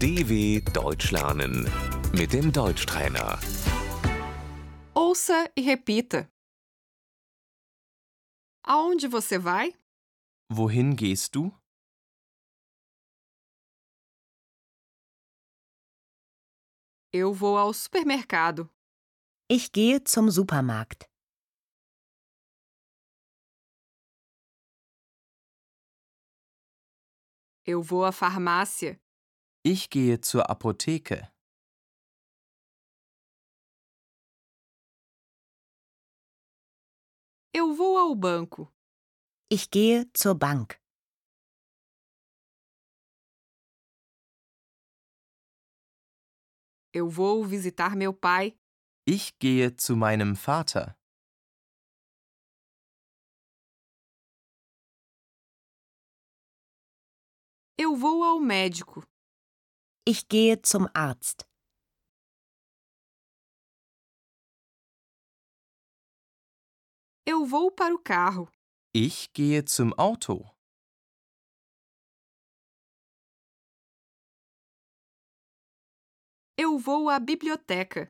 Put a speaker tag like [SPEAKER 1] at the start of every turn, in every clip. [SPEAKER 1] DW Deutsch lernen mit dem Deutschtrainer.
[SPEAKER 2] Ouça e repita. Aonde você vai?
[SPEAKER 3] Wohin gehst du?
[SPEAKER 2] Eu vou ao supermercado.
[SPEAKER 4] Ich gehe zum Supermarkt.
[SPEAKER 2] Eu vou à farmácia.
[SPEAKER 3] Ich gehe zur Apotheke.
[SPEAKER 2] Eu vou ao banco.
[SPEAKER 4] Ich gehe zur Bank.
[SPEAKER 2] Eu vou visitar meu pai.
[SPEAKER 3] Ich gehe zu meinem Vater.
[SPEAKER 2] Eu vou ao médico.
[SPEAKER 4] Ich gehe zum Arzt.
[SPEAKER 2] Eu vou para o carro.
[SPEAKER 3] Ich gehe zum Auto.
[SPEAKER 2] Eu vou à biblioteca.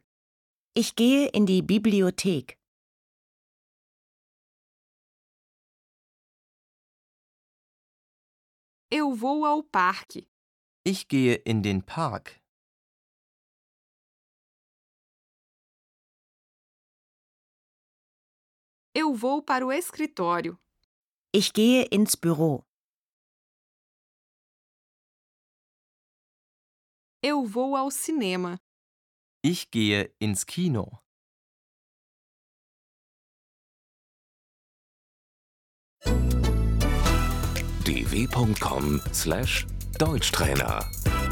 [SPEAKER 4] Ich gehe in die Bibliothek.
[SPEAKER 2] Eu vou ao parque.
[SPEAKER 3] Ich gehe in den Park.
[SPEAKER 2] Eu vou para o escritório.
[SPEAKER 4] Ich gehe ins Büro.
[SPEAKER 2] Eu vou ao cinema.
[SPEAKER 3] Ich gehe ins Kino.
[SPEAKER 1] dw.com/deutschtrainer